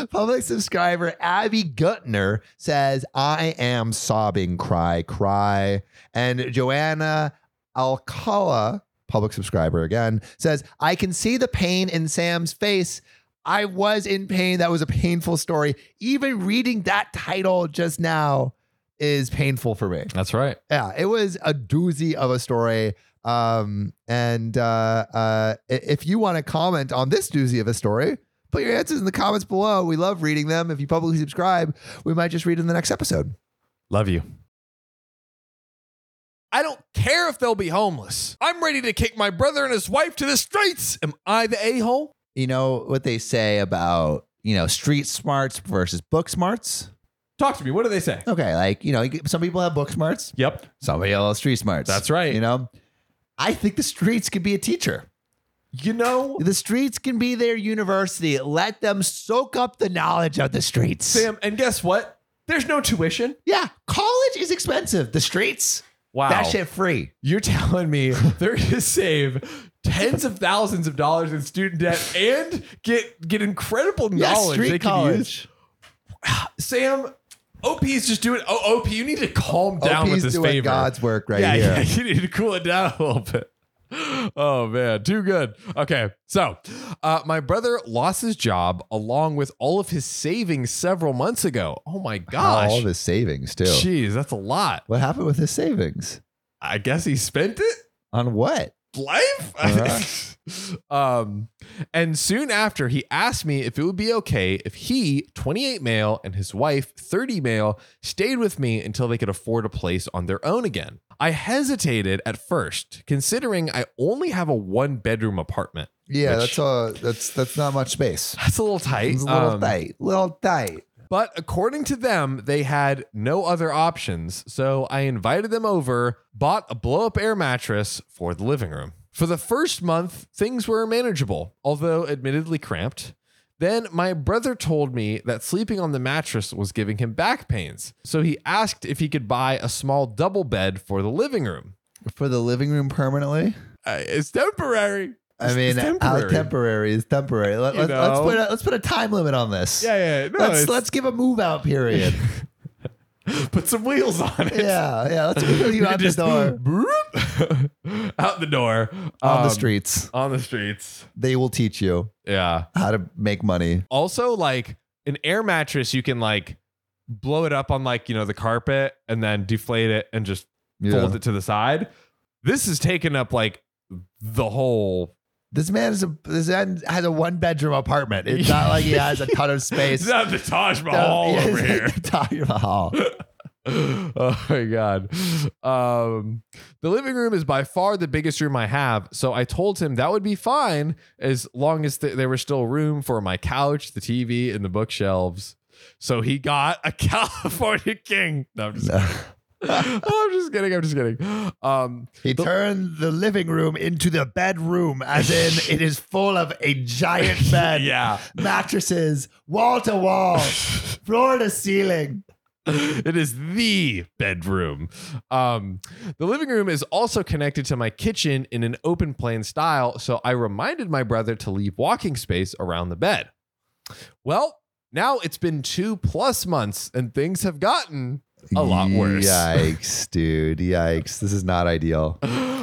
Speaker 2: public subscriber Abby Gutner says, I am sobbing, cry, cry. And Joanna Alcala, public subscriber again, says, I can see the pain in Sam's face. I was in pain. That was a painful story. Even reading that title just now is painful for me
Speaker 1: That's right.
Speaker 2: yeah, it was a doozy of a story. Um, and uh, uh, i- if you want to comment on this doozy of a story, put your answers in the comments below. We love reading them. If you publicly subscribe, we might just read in the next episode.
Speaker 1: Love you. I don't care if they'll be homeless. I'm ready to kick my brother and his wife to the streets. Am I the a hole?
Speaker 3: You know what they say about you know street smarts versus book smarts.
Speaker 1: Talk to me. What do they say?
Speaker 3: Okay, like you know some people have book smarts,
Speaker 1: Yep.
Speaker 3: some people have street smarts.
Speaker 1: That's right.
Speaker 3: You know, I think the streets could be a teacher.
Speaker 1: You know,
Speaker 3: The streets can be their university. Let them soak up the knowledge of the streets.
Speaker 1: Sam, and guess what? There's no tuition.
Speaker 3: Yeah, college is expensive. The streets,
Speaker 1: Wow.
Speaker 3: that shit free.
Speaker 1: You're telling (laughs) me they're going to save tens of thousands of dollars in student debt and get get incredible
Speaker 3: Yeah,
Speaker 1: knowledge
Speaker 3: street
Speaker 1: they can use.
Speaker 3: college.
Speaker 1: Sam, OP is just doing. Oh, OP, you need to calm down
Speaker 2: OP's
Speaker 1: with this
Speaker 2: doing
Speaker 1: favor.
Speaker 2: God's work right
Speaker 1: yeah,
Speaker 2: here.
Speaker 1: yeah, (laughs) you need to cool it down a little bit. Oh man, too good. Okay, so uh, my brother lost his job along with all of his savings several months ago. Oh my
Speaker 2: Wow,
Speaker 1: gosh,
Speaker 2: All of his savings too.
Speaker 1: jeez, that's a lot.
Speaker 2: What happened with his savings?
Speaker 1: I guess he spent it.
Speaker 2: On what?
Speaker 1: life. (laughs) um, and soon after, he asked me if it would be okay if he, 28 male, and his wife, 30 male, stayed with me until they could afford a place on their own again. I hesitated at first, considering I only have a one bedroom apartment.
Speaker 2: Yeah,
Speaker 1: Which-
Speaker 2: that's uh that's that's not much space.
Speaker 1: (laughs) That's a little tight.
Speaker 2: It's a little
Speaker 1: Um,
Speaker 2: tight, little tight.
Speaker 1: But according to them, they had no other options. So I invited them over, bought a blow up air mattress for the living room. For the first month, things were manageable, although admittedly cramped. Then my brother told me that sleeping on the mattress was giving him back pains. So he asked if he could buy a small double bed for the living room.
Speaker 2: for the living room permanently.
Speaker 1: Uh, it's temporary.
Speaker 2: I mean, temporary. temporary is temporary. Let,
Speaker 1: You
Speaker 2: let, us
Speaker 1: know.
Speaker 2: put a, let's put a time limit on this.
Speaker 1: yeah, yeah. No,
Speaker 2: let's
Speaker 1: it's-
Speaker 2: let's give a move out period.
Speaker 1: (laughs) put some wheels on it.
Speaker 2: yeah, yeah. Let's wheel
Speaker 1: (laughs)
Speaker 2: you
Speaker 1: You
Speaker 2: out
Speaker 1: just-
Speaker 2: the door
Speaker 1: Broop. (laughs) out the door
Speaker 2: on the
Speaker 1: Um,
Speaker 2: streets.
Speaker 1: On the streets.
Speaker 2: They will teach you
Speaker 1: Yeah.
Speaker 2: how to make money.
Speaker 1: Also, like an air mattress, you can like blow it up on like you know the carpet and then deflate it and just
Speaker 2: Yeah.
Speaker 1: fold it to the side. This is taking up like the whole.
Speaker 2: This man is a this man has a one bedroom apartment. It's
Speaker 1: (laughs)
Speaker 2: not like he has a ton of space.
Speaker 1: It's not (laughs) the Taj
Speaker 2: No,
Speaker 1: Mahal
Speaker 2: (laughs) it's
Speaker 1: over
Speaker 2: like
Speaker 1: here.
Speaker 2: the Taj Mahal.
Speaker 1: (laughs) oh my god. Um, the living room is by far the biggest room I have, so I told him that would be fine as long as th- there was still room for my couch, the TV, and the bookshelves. So he got a (laughs) California King. No, I'm just, I'm just kidding. (laughs) I'm just kidding. Um,
Speaker 2: He
Speaker 1: The-
Speaker 2: turned the living room into the bedroom,
Speaker 1: (laughs)
Speaker 2: as in it is full of a giant bed,
Speaker 1: yeah,
Speaker 2: mattresses, wall
Speaker 1: (laughs)
Speaker 2: to wall, floor to ceiling.
Speaker 1: it is the bedroom. Um, the living room is also connected to my kitchen in an open plan style, so I reminded my brother to leave walking space around the bed. Well, now it's been two plus months and things have gotten (gasps) a lot worse.
Speaker 2: Yikes, dude. Yikes. This is not ideal.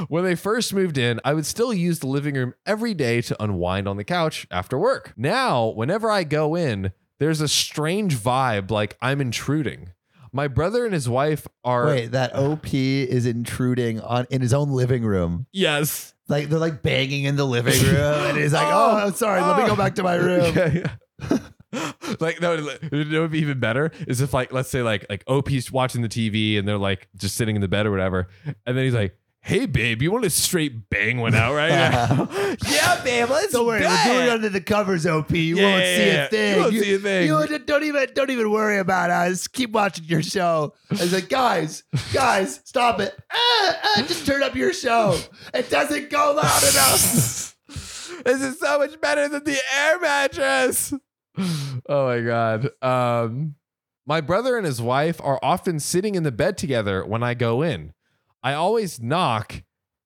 Speaker 1: When they first moved in, I would still use the living room every day to unwind on the couch after work. Now, whenever I go in, there's a strange vibe like I'm intruding. My brother and his wife are.
Speaker 2: Wait, that OP is intruding on in his own living room.
Speaker 1: Yes.
Speaker 2: Like they're like banging in the living room, and
Speaker 1: (laughs)
Speaker 2: he's like,
Speaker 1: Oh,
Speaker 2: "Oh, I'm sorry. Let me
Speaker 1: oh."
Speaker 2: go back to my room."
Speaker 1: (laughs) Yeah, yeah. like no, like, you know what would be even better is if like let's say like like OP's watching the TV and they're like just sitting in the bed or whatever, and then he's like, "Hey babe, you want to straight bang one out right
Speaker 2: (laughs)
Speaker 1: now?" (laughs) yeah, babe, let's
Speaker 2: Don't worry, we're doing it under the covers, OP. You
Speaker 1: Yeah,
Speaker 2: won't
Speaker 1: yeah,
Speaker 2: see
Speaker 1: yeah.
Speaker 2: a thing.
Speaker 1: You won't see a thing.
Speaker 2: you don't- don't even don't even worry about us. Keep watching your show. I was like, guys, guys, stop it. Ah, ah, just turn up your show. It doesn't go loud enough.
Speaker 1: (laughs) this is so much better than the air mattress. Oh my god. Um, my brother and his wife are often sitting in the bed together when I go in. I always knock,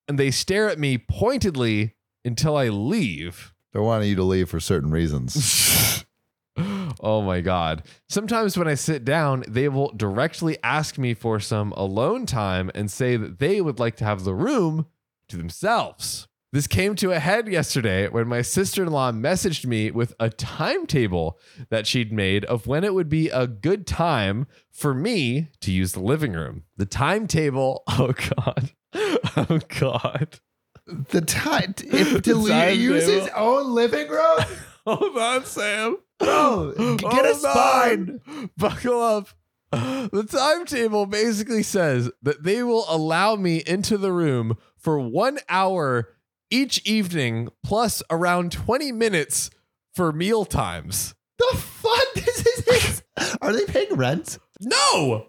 Speaker 1: and they stare at me pointedly until I leave.
Speaker 2: They're wanting you to leave for certain reasons.
Speaker 1: (laughs) oh my god. Sometimes when I sit down, they will directly ask me for some alone time and say that they would like to have the room to themselves. This came to a head yesterday when my sister in law messaged me with a timetable that she'd made of when it would be a good time for me to use the living room. The timetable, (laughs) oh God. Oh God.
Speaker 2: The time if to
Speaker 1: (laughs) The time
Speaker 2: leave, use
Speaker 1: table.
Speaker 2: his own living room.
Speaker 1: Hold on, Sam. (laughs) (gasps)
Speaker 2: Oh, No, g- get a
Speaker 1: Hold
Speaker 2: spine.
Speaker 1: on. Buckle up. (gasps) The timetable basically says that they will allow me into the room for one hour each evening, plus around 20 minutes for meal times.
Speaker 2: The fuck (laughs) this is this? Are they paying rent?
Speaker 1: No!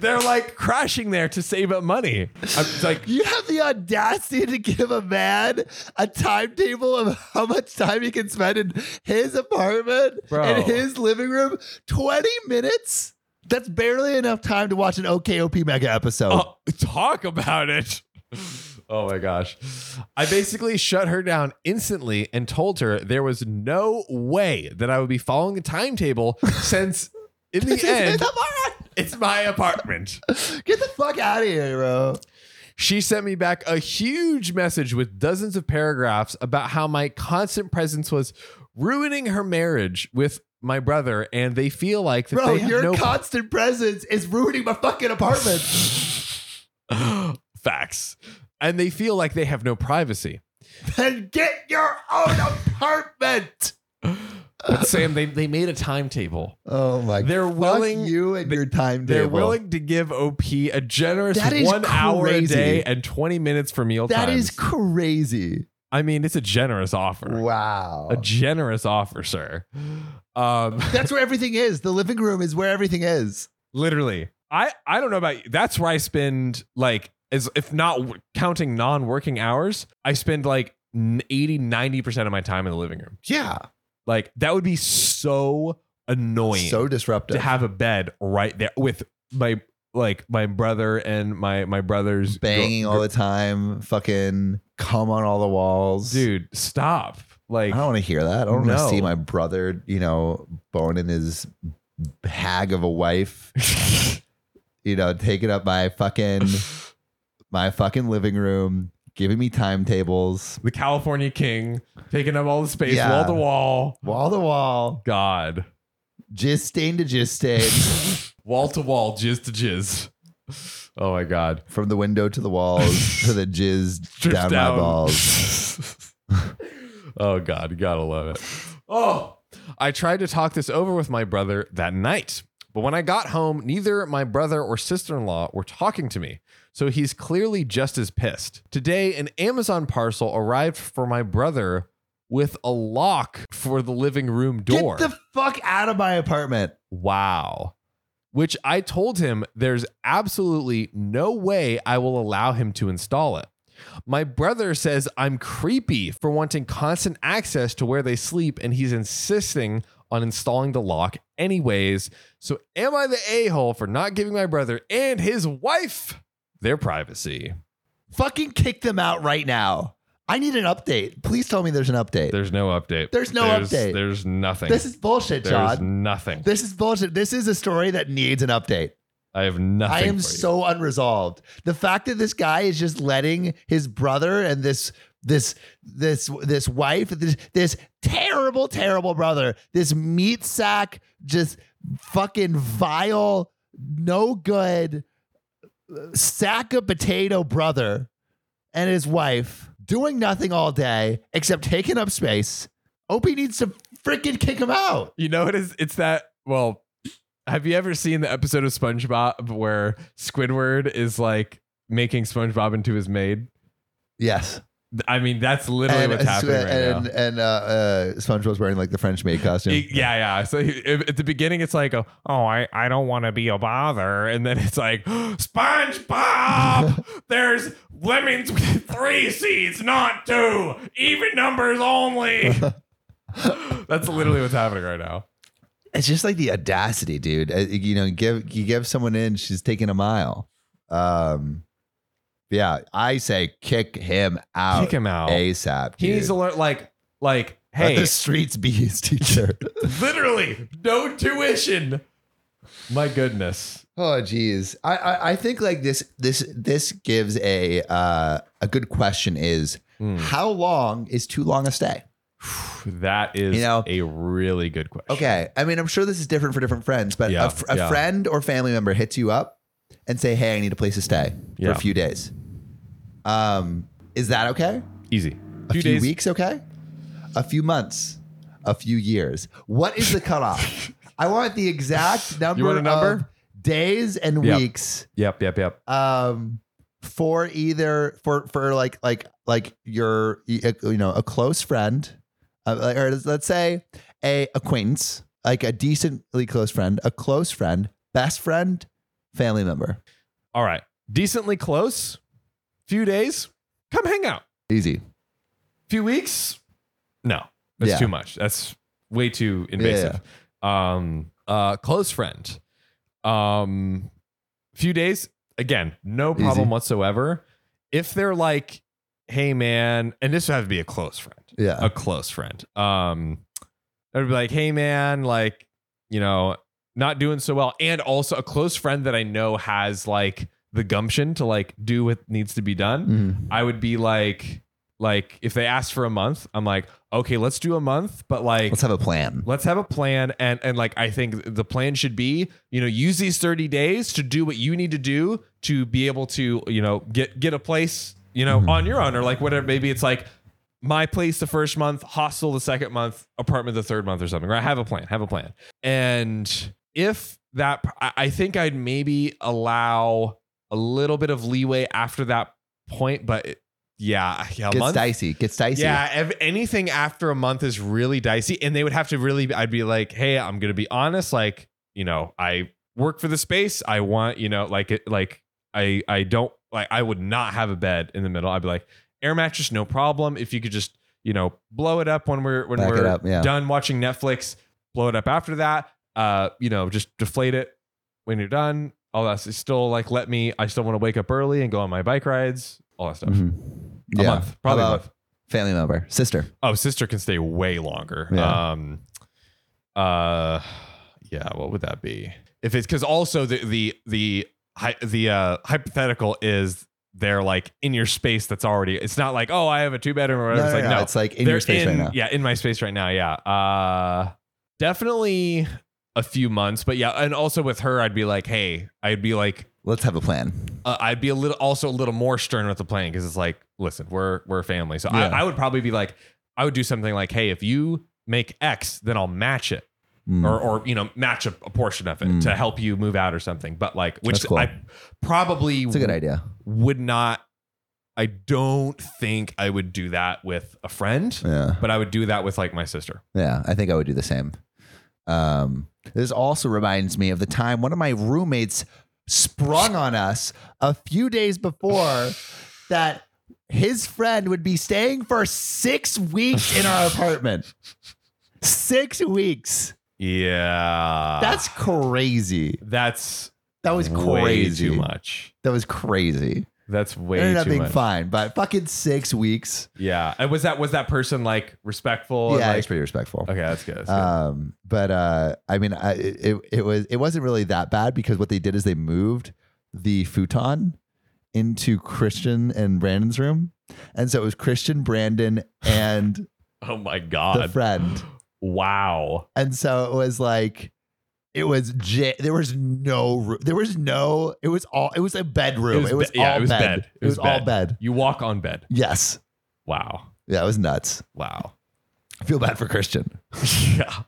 Speaker 1: They're like crashing there to save up money. I'm like,
Speaker 2: You have the audacity to give a man a timetable of how much time he can spend in his apartment
Speaker 1: Bro.
Speaker 2: in his living room. 20 minutes? That's barely enough time to watch an OKOP mega episode.
Speaker 1: Oh, (laughs) talk about it. Oh my gosh. I basically shut her down instantly and told her there was no way that I would be following the timetable since (laughs) in the
Speaker 2: This is his
Speaker 1: end
Speaker 2: apartment.
Speaker 1: it's my apartment.
Speaker 2: Get the fuck out of here, bro.
Speaker 1: She sent me back a huge message with dozens of paragraphs about how my constant presence was ruining her marriage with my brother and they feel like that
Speaker 2: Bro,
Speaker 1: they have
Speaker 2: your
Speaker 1: no
Speaker 2: constant presence is ruining my fucking apartment.
Speaker 1: (gasps) facts and they feel like they have no privacy.
Speaker 2: then get your own apartment.
Speaker 1: But Sam, they, they made a timetable.
Speaker 2: Oh my god.
Speaker 1: They're willing
Speaker 2: you and your timetable.
Speaker 1: they're willing to give OP a generous
Speaker 2: That is
Speaker 1: one hour a
Speaker 2: crazy.
Speaker 1: day and 20 minutes for meal
Speaker 2: That
Speaker 1: times.
Speaker 2: is crazy.
Speaker 1: I mean, it's a generous offer.
Speaker 2: Wow.
Speaker 1: A generous offer, sir. Um,
Speaker 2: That's where everything is. The living room is where everything is.
Speaker 1: literally, I I don't know about you. That's where I spend like as if not w- counting non-working hours, I spend like n- 80 90% of my time in the living room.
Speaker 2: Yeah.
Speaker 1: Like that would be so annoying.
Speaker 2: So
Speaker 1: to
Speaker 2: disruptive.
Speaker 1: have a bed right there with my like my brother and my my brother's
Speaker 2: Banging all the time. Fucking cum on all the walls.
Speaker 1: dude stop
Speaker 2: I
Speaker 1: like
Speaker 2: don't want to hear that. I don't want
Speaker 1: No.
Speaker 2: to see my brother, you know, boning his hag of a wife, you know, taking up
Speaker 1: (sighs)
Speaker 2: my fucking my fucking living room, giving me timetables,
Speaker 1: (laughs) the California King taking up all the space
Speaker 2: Yeah.
Speaker 1: wall to wall
Speaker 2: wall to wall,
Speaker 1: god
Speaker 2: jizz stain to jizz stain,
Speaker 1: (laughs) wall to wall jizz to jizz oh my god
Speaker 2: from the window to the walls
Speaker 1: (laughs)
Speaker 2: to the jizz
Speaker 1: Drips
Speaker 2: down, my balls.
Speaker 1: (laughs) oh god you gotta love it oh i tried to talk this over with my brother that night but when i got home neither my brother or sister-in-law were talking to me so he's clearly just as pissed today an amazon parcel arrived for my brother with a lock for the living room door
Speaker 2: Get the fuck out of my apartment.
Speaker 1: Wow. Which I told him there's absolutely no way I will allow him to install it. My brother says I'm creepy for wanting constant access to where they sleep, and he's insisting on installing the lock anyways. So, am I the a hole for not giving my brother and his wife their privacy?
Speaker 2: Fucking kick them out right now. I need an update. Please tell me there's an update.
Speaker 1: There's no update.
Speaker 2: There's no update.
Speaker 1: There's nothing.
Speaker 2: this is bullshit,
Speaker 1: there's
Speaker 2: John.
Speaker 1: nothing.
Speaker 2: This is bullshit. This is a story that needs an update.
Speaker 1: I have nothing.
Speaker 2: I
Speaker 1: for
Speaker 2: am
Speaker 1: you.
Speaker 2: so unresolved. The fact that this guy is just letting his brother and this this this this wife this this terrible terrible brother this meat sack just fucking vile no good sack of potato brother and his wife doing nothing all day except taking up space. Opie needs to freaking kick him out.
Speaker 1: You know it is it's that well have you ever seen the episode of SpongeBob where Squidward is like making SpongeBob into his maid?
Speaker 2: Yes.
Speaker 1: I mean that's literally what's
Speaker 2: and,
Speaker 1: happening right
Speaker 2: and,
Speaker 1: now.
Speaker 2: and, uh, uh, SpongeBob's wearing like the French maid costume.
Speaker 1: It- yeah, yeah. So he, at at the beginning, it's like, oh, I, I don't want to be a bother, and then it's like, (gasps) SpongeBob, there's lemons with three seeds, not two, even numbers only. That's literally what's happening right now.
Speaker 2: It's just like the audacity, dude. Uh, You know, give you give someone in, she's taking a mile. Um, yeah, I say kick him out,
Speaker 1: Kick him out.
Speaker 2: ASAP.
Speaker 1: He
Speaker 2: dude.
Speaker 1: needs to learn, like, like,
Speaker 2: Let
Speaker 1: hey,
Speaker 2: the streets be
Speaker 1: (laughs)
Speaker 2: his teacher.
Speaker 1: Literally, no tuition. My goodness.
Speaker 2: oh, geez, I, I I think like this this this gives a uh, a good question is
Speaker 1: Hmm.
Speaker 2: how long is too long a stay?
Speaker 1: That is
Speaker 2: You know-
Speaker 1: a really good question.
Speaker 2: Okay. I mean, I'm sure this is different for different friends, but
Speaker 1: Yeah,
Speaker 2: a, fr- a
Speaker 1: yeah.
Speaker 2: friend or family member hits you up and say, "Hey, I need a place to stay for
Speaker 1: Yeah.
Speaker 2: a few days." Um, is that okay?
Speaker 1: Easy.
Speaker 2: A few, weeks, okay? A few months, a few years. What is
Speaker 1: (laughs)
Speaker 2: the cutoff? I want the exact number,
Speaker 1: want a number?
Speaker 2: of days and
Speaker 1: Yep.
Speaker 2: weeks
Speaker 1: Yep, yep, yep.
Speaker 2: um, for either for for like like like your you know a close friend, uh, or let's say a acquaintance, like a decently close friend, a close friend, best friend, family member.
Speaker 1: All right. Decently close. Few days. Come hang out.
Speaker 2: Easy.
Speaker 1: Few weeks. No, that's
Speaker 2: Yeah.
Speaker 1: too much. That's way too invasive. Um, uh, close friend. Um, few days. Again, no problem
Speaker 2: Easy.
Speaker 1: whatsoever. If they're like, hey man, and this would have to be a close friend.
Speaker 2: Yeah.
Speaker 1: a close friend. Um, I would be like, hey man, like, you know, not doing so well. And also a close friend that I know has like the gumption to like do what needs to be done.
Speaker 2: Mhm.
Speaker 1: I would be like, like, if they ask for a month, I'm like, okay, let's do a month, but like
Speaker 2: Let's have a plan.
Speaker 1: let's have a plan and and like i think the plan should be you know use these 30 days to do what you need to do to be able to you know get get a place you
Speaker 2: Mm-hmm.
Speaker 1: know on your own or like whatever maybe it's like my place the first month hostel the second month apartment the third month or something right have a plan have a plan and if that i I think i'd maybe allow a little bit of leeway after that point but it, yeah, yeah, a
Speaker 2: Gets
Speaker 1: month.
Speaker 2: dicey. Gets dicey.
Speaker 1: Yeah, ev- anything after a month is really dicey, and they would have to really. I'd be like, hey, I'm gonna be honest. Like, you know, I work for the space. I want, you know, like it, like I, I don't like. I would not have a bed in the middle. I'd be like, air mattress, no problem. If you could just, you know, blow it up when we're when
Speaker 2: Back
Speaker 1: we're
Speaker 2: it up. Yeah.
Speaker 1: done watching Netflix, blow it up after that. Uh, you know, just deflate it when you're done. All that it's still like let me. I still want to wake up early and go on my bike rides. All that stuff.
Speaker 2: Mhm.
Speaker 1: A
Speaker 2: Yeah.
Speaker 1: month, probably a
Speaker 2: How about
Speaker 1: month.
Speaker 2: family member, sister.
Speaker 1: Oh, sister can stay way longer.
Speaker 2: Yeah.
Speaker 1: Um uh yeah, what would that be? If it's cuz also the the the hy- the uh hypothetical is they're like in your space that's already it's not like oh I have a two bedroom or whatever. it's like no.
Speaker 2: It's like in
Speaker 1: they're
Speaker 2: your space right now.
Speaker 1: Yeah, in my space right now. Yeah. Uh definitely a few months, but yeah, and also with her I'd be like, "Hey, I'd be like
Speaker 2: Let's have a plan.
Speaker 1: uh, I'd be a little also a little more stern with the plan because it's like, listen, we're we're a family. So
Speaker 2: Yeah.
Speaker 1: I, I would probably be like, I would do something like, hey, if you make X, then I'll match it
Speaker 2: Mm.
Speaker 1: or or you know match a, a portion of it
Speaker 2: Mm.
Speaker 1: to help you move out or something. But like, which
Speaker 2: That's cool.
Speaker 1: I probably
Speaker 2: it's a good idea.
Speaker 1: would not. I don't think I would do that with a friend,
Speaker 2: Yeah.
Speaker 1: but I would do that with like my sister.
Speaker 2: Yeah, I think I would do the same. Um, this also reminds me of the time one of my roommates sprung on us a few days before that his friend would be staying for six weeks in our apartment. Six weeks.
Speaker 1: Yeah,
Speaker 2: That's crazy.
Speaker 1: that's
Speaker 2: That was
Speaker 1: way
Speaker 2: crazy.
Speaker 1: too much.
Speaker 2: That was crazy.
Speaker 1: That's way
Speaker 2: ended up
Speaker 1: too
Speaker 2: being
Speaker 1: much.
Speaker 2: fine, but fucking six weeks.
Speaker 1: Yeah. And was that was that person like respectful? and,
Speaker 2: yeah,
Speaker 1: like-
Speaker 2: it's pretty respectful.
Speaker 1: okay, that's good. That's good.
Speaker 2: Um, but uh, I mean, I, it it was it wasn't really that bad because what they did is they moved the futon into Christian and Brandon's room, and so it was Christian, Brandon,
Speaker 1: (laughs)
Speaker 2: and
Speaker 1: oh my
Speaker 2: the
Speaker 1: god.
Speaker 2: friend,
Speaker 1: Wow.
Speaker 2: and so it was like. It was j- there was no ro- there was no it was all it was a bedroom
Speaker 1: It was
Speaker 2: it was
Speaker 1: be- yeah,
Speaker 2: all
Speaker 1: it was
Speaker 2: bed.
Speaker 1: bed. It
Speaker 2: it
Speaker 1: was
Speaker 2: was, all bed
Speaker 1: You walk on bed.
Speaker 2: yes
Speaker 1: Wow.
Speaker 2: yeah it was nuts
Speaker 1: Wow. (laughs)
Speaker 2: I feel bad for Christian
Speaker 1: yeah.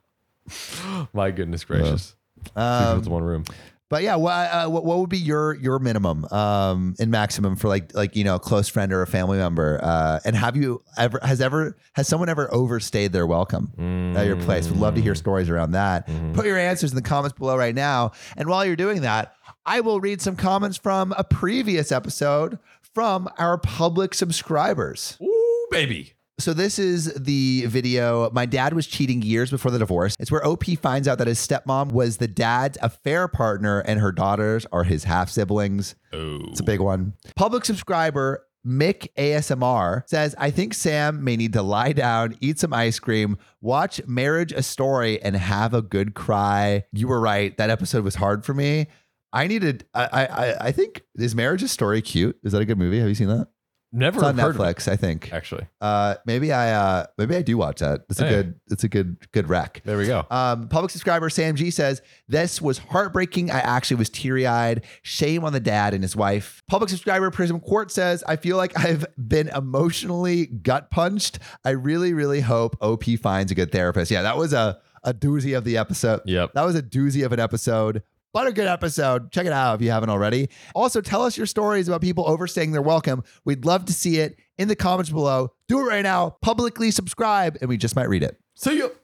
Speaker 1: My goodness gracious.
Speaker 2: um,
Speaker 1: it's one room.
Speaker 2: But yeah, what, uh, what what would be your your minimum um, and maximum for like like you know a close friend or a family member? Uh, and have you ever has ever has someone ever overstayed their welcome at your place?
Speaker 1: Mm.
Speaker 2: Would love to hear stories around that. Put your answers in the comments below right now. And while you're doing that, I will read some comments from a previous episode from our public subscribers.
Speaker 1: Ooh, baby.
Speaker 2: So this is the video. My dad was cheating years before the divorce. It's where OP finds out that his stepmom was the dad's affair partner and her daughters are his half siblings.
Speaker 1: Oh.
Speaker 2: It's a big one. Public subscriber Mick ASMR says, I think Sam may need to lie down, eat some ice cream, watch Marriage a Story, and have a good cry. You were right. That episode was hard for me. I needed, I, I, I- I think, is Marriage a Story cute? Is that a good movie? Have you seen that?
Speaker 1: Never
Speaker 2: It's on
Speaker 1: heard of
Speaker 2: Netflix, I think.
Speaker 1: it, actually.
Speaker 2: Uh, maybe I uh, maybe I do watch that. It's a
Speaker 1: Hey.
Speaker 2: good it's a good good rec.
Speaker 1: There we go.
Speaker 2: Um, public subscriber Sam G says this was heartbreaking. I actually was teary eyed. Shame on the dad and his wife. Public subscriber Prism Court says I feel like I've been emotionally gut punched. I really really hope OP finds a good therapist. Yeah, that was a a doozy of the episode.
Speaker 1: Yep.
Speaker 2: That was a doozy of an episode, but a good episode. Check it out if you haven't already. Also, tell us your stories about people overstaying their welcome. We'd love to see it in the comments below. Do it right now. Publicly subscribe, and we just might read it.
Speaker 1: So you